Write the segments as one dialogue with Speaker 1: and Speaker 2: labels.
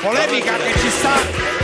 Speaker 1: polemica che ci sta,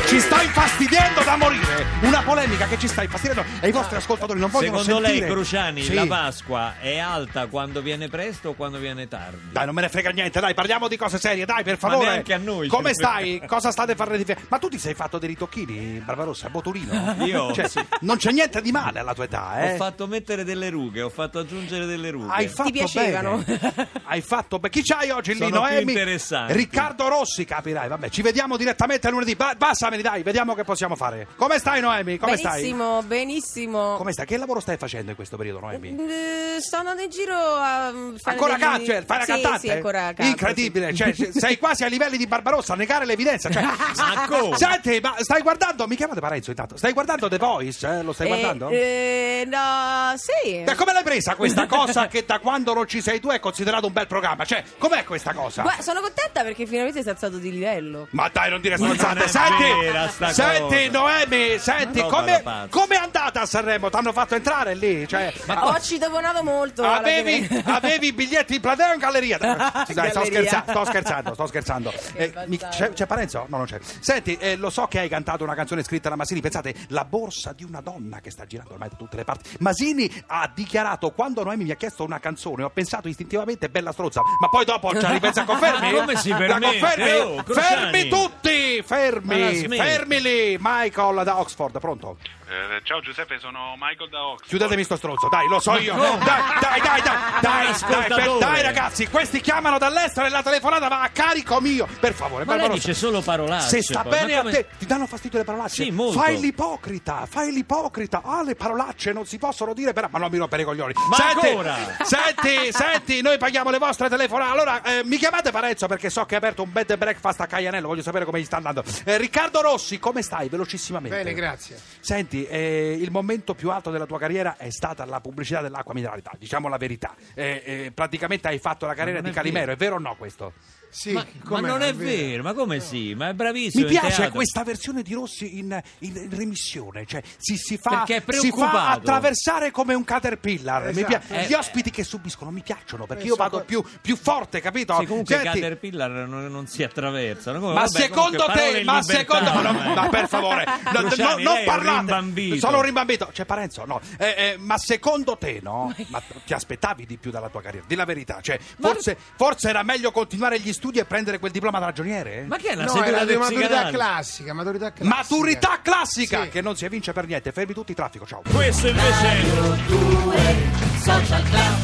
Speaker 1: ci sta infastidendo da morire. Una polemica che ci sta infastidendo e i vostri ascoltatori non vogliono
Speaker 2: Secondo lei,
Speaker 1: sentire.
Speaker 2: Cruciani,
Speaker 1: Sì.
Speaker 2: la Pasqua è alta quando viene presto o quando viene tardi?
Speaker 1: Dai, non me ne frega niente, dai, parliamo di cose serie, dai, per
Speaker 2: Ma
Speaker 1: favore.
Speaker 2: neanche a noi. cioè.
Speaker 1: Come stai? Cosa state facendo di fe- Ma tu ti sei fatto dei ritocchini, Barbarossa, a Botulino?
Speaker 2: Io?
Speaker 1: Cioè,
Speaker 2: Sì.
Speaker 1: non c'è niente di male alla tua età, eh?
Speaker 2: Ho fatto mettere delle rughe, ho fatto aggiungere delle rughe.
Speaker 1: Hai fatto
Speaker 3: piacevano?
Speaker 1: bene. Hai fatto bene. Chi c'hai oggi lì?
Speaker 2: Sono più
Speaker 1: Noemi?
Speaker 2: interessanti.
Speaker 1: Riccardo Rossi, capirai. Vabbè, ci vediamo direttamente lunedì. Ba- Bassameli, dai, vediamo che possiamo fare. Come stai, Noemi? Come stai?
Speaker 3: benissimo, benissimo.
Speaker 1: Come stai? Che lavoro stai facendo in questo periodo, Noemi?
Speaker 3: Eh, Sono in giro a mm, fare
Speaker 1: ancora
Speaker 3: degli-
Speaker 1: cazzo, eh, fai la
Speaker 3: sì,
Speaker 1: cantante?
Speaker 3: Sì, ancora canto,
Speaker 1: Incredibile, cioè, se- sei quasi a livelli di Barbarossa a negare l'evidenza. Cioè,
Speaker 2: Ma come?
Speaker 1: senti, ma stai guardando? Mi chiamate Parenzo intanto. Stai guardando The Voice? eh? Lo
Speaker 3: sì.
Speaker 1: stai
Speaker 3: Eh,
Speaker 1: guardando?
Speaker 3: eh, no, sì.
Speaker 1: Ma come l'hai presa questa cosa che da quando non ci sei tu è considerato un bel programma? Cioè, com'è questa cosa?
Speaker 3: Gua- sono contenta perché finalmente sei alzato di livello.
Speaker 1: Ma dai, non dire
Speaker 2: non
Speaker 1: stronzate.
Speaker 2: è vera
Speaker 1: Senti,
Speaker 2: sta
Speaker 1: senti
Speaker 2: cosa.
Speaker 1: Noemi, senti,
Speaker 2: Ma no,
Speaker 1: come,
Speaker 2: vada pazza.
Speaker 1: come è andata a Sanremo? Ti hanno fatto entrare lì? Cioè,
Speaker 3: Oggi dopo nato
Speaker 1: Ah,
Speaker 3: molto. alla
Speaker 1: avevi,
Speaker 3: fine.
Speaker 1: avevi i biglietti in platea o in galleria? Sì, dai, sto
Speaker 3: Galleria.
Speaker 1: scherzando, sto scherzando, sto scherzando.
Speaker 3: Che
Speaker 1: Eh, mi-
Speaker 3: bastardo.
Speaker 1: c'è, c'è Parenzo? No, non c'è. Senti, eh, lo so che hai cantato una canzone scritta da Masini, pensate, la borsa di una donna che sta girando ormai da tutte le parti. Masini ha dichiarato, quando Noemi mi ha chiesto una canzone, ho pensato istintivamente bella strozza, ma poi dopo ci ha ripensato, confermi?
Speaker 2: Ma come si
Speaker 1: La
Speaker 2: permette?
Speaker 1: confermi?
Speaker 2: Oh, Cruciani.
Speaker 1: fermi tutti,
Speaker 2: Ma la
Speaker 1: fermi,
Speaker 2: smetti.
Speaker 1: fermi lì, Michael da Oxford, pronto?
Speaker 4: Eh, ciao Giuseppe, sono Michael da Oxford.
Speaker 1: Chiudetemi sto stronzo, dai, lo so io. Dai, dai, dai, dai, dai, dai, per- dai, ragazzi, questi chiamano dall'estero e la telefonata va a carico mio. Per favore,
Speaker 2: Ma lei
Speaker 1: Barbarossa,
Speaker 2: dice solo parolacce.
Speaker 1: Se sta
Speaker 2: poi.
Speaker 1: bene
Speaker 2: Ma
Speaker 1: a
Speaker 2: come-
Speaker 1: te, ti danno fastidio le parolacce.
Speaker 2: Sì, molto.
Speaker 1: Fai l'ipocrita, fai l'ipocrita. Ah, le parolacce non si possono dire, però. Ma non mi rompere i coglioni.
Speaker 2: Ma
Speaker 1: senti,
Speaker 2: ancora?
Speaker 1: senti, senti, noi paghiamo le vostre telefonate. Allora, eh, mi chiamate Parenzo perché so che ha aperto un bed and breakfast a Caianello. Voglio sapere come gli sta andando. Eh, Riccardo Rossi, come stai? Velocissimamente.
Speaker 5: Bene, grazie.
Speaker 1: Senti, eh, il momento più alto della tua carriera è stata la pubblicità dell'acqua mineralità, diciamo la verità. Eh, eh, praticamente hai fatto la carriera di
Speaker 2: non è vero.
Speaker 1: Calimero, è vero o no questo?
Speaker 5: Sì,
Speaker 2: Ma, ma
Speaker 5: com'è?
Speaker 2: non è vero, ma come sì? Ma è bravissimo.
Speaker 1: Mi
Speaker 2: in
Speaker 1: piace
Speaker 2: teatro.
Speaker 1: questa versione di Rossi in, in- in remissione, cioè si, si fa,
Speaker 2: Perché è
Speaker 1: si fa
Speaker 2: preoccupato.
Speaker 1: attraversare come un caterpillar. Mi
Speaker 5: Esatto.
Speaker 1: pia- Gli
Speaker 2: Eh,
Speaker 1: ospiti che subiscono mi piacciono perché io
Speaker 5: Penso
Speaker 1: vado
Speaker 5: que-
Speaker 1: più, più forte, capito?
Speaker 2: Sì, comunque i
Speaker 1: Senti,
Speaker 2: Caterpillar non, non si attraversano. Come-
Speaker 1: Ma
Speaker 2: vabbè,
Speaker 1: secondo
Speaker 2: comunque, parole
Speaker 1: te,
Speaker 2: in
Speaker 1: ma
Speaker 2: libertà,
Speaker 1: secondo ma no,
Speaker 2: eh.
Speaker 1: ma per favore, no, no,
Speaker 2: Cruciani,
Speaker 1: non
Speaker 2: lei è un
Speaker 1: parlate.
Speaker 2: rimbambito.
Speaker 1: Sono un rimbambito, c'è Parenzo, no. Eh, eh, ma secondo te,
Speaker 2: Oh
Speaker 1: no? Ma ti aspettavi di più dalla tua carriera? Di la verità, cioè, forse, forse era meglio continuare gli studi e prendere quel diploma da ragioniere?
Speaker 2: Ma che è una
Speaker 5: No, è
Speaker 2: seduta
Speaker 5: la
Speaker 2: del
Speaker 5: di maturità
Speaker 2: psicanalisi?
Speaker 5: classica, maturità classica.
Speaker 1: Maturità classica
Speaker 5: Sì.
Speaker 1: che non si evince per niente. Fermi tutti il traffico, ciao.
Speaker 2: Questo invece è...